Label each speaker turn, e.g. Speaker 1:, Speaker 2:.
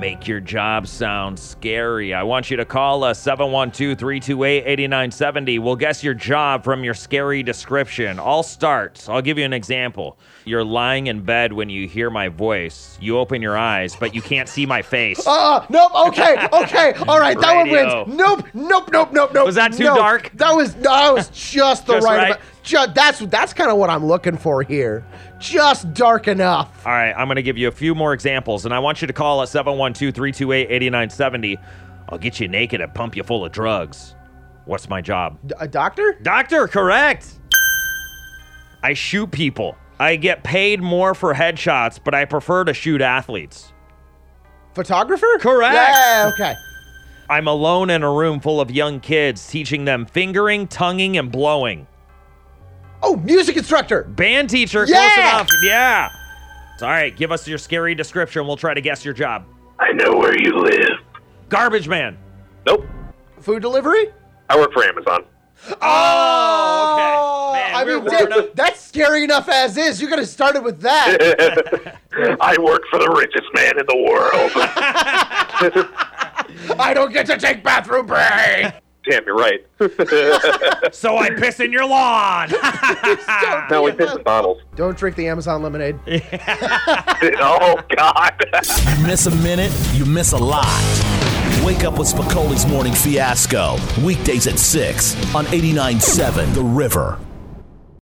Speaker 1: Make your job sound scary. I want you to call us 712 328 8970. We'll guess your job from your scary description. I'll start. I'll give you an example. You're lying in bed when you hear my voice. You open your eyes, but you can't see my face.
Speaker 2: Ah, nope. Okay, okay. All right, that one
Speaker 1: Radio.
Speaker 2: wins. Nope, nope, nope, nope, nope.
Speaker 1: Was that too
Speaker 2: nope.
Speaker 1: dark?
Speaker 2: That was that was just the
Speaker 1: Just
Speaker 2: right.
Speaker 1: right?
Speaker 2: amount. Ju- that's that's kind of what I'm looking for here. Just dark enough.
Speaker 1: All right, I'm going to give you a few more examples, and I want you to call us 712 328 8970. I'll get you naked and pump you full of drugs. What's my job?
Speaker 2: D- a doctor?
Speaker 1: Doctor, correct. I shoot people. I get paid more for headshots, but I prefer to shoot athletes.
Speaker 2: Photographer?
Speaker 1: Correct.
Speaker 2: Yeah. Okay.
Speaker 1: I'm alone in a room full of young kids, teaching them fingering, tonguing, and blowing.
Speaker 2: Oh, music instructor.
Speaker 1: Band teacher, close
Speaker 2: Yeah!
Speaker 1: enough. Yeah. It's all right. Give us your scary description. We'll try to guess your job.
Speaker 3: I know where you live.
Speaker 1: Garbage man.
Speaker 3: Nope.
Speaker 2: Food delivery?
Speaker 3: I work for Amazon.
Speaker 1: Oh, okay. Man,
Speaker 2: I
Speaker 1: we're
Speaker 2: mean,
Speaker 1: warming
Speaker 2: dude,
Speaker 1: up.
Speaker 2: that's scary enough as is. You could have started with that.
Speaker 3: I work for the richest man in the world.
Speaker 2: I don't get to take bathroom break.
Speaker 3: Damn, you're right.
Speaker 1: So I piss in your lawn. Ah.
Speaker 3: now we piss in bottles.
Speaker 2: Don't drink the Amazon lemonade.
Speaker 3: oh, God.
Speaker 4: Miss a minute, you miss a lot. Wake up with Spicoli's Morning Fiasco, weekdays at 6 on 89.7 The River.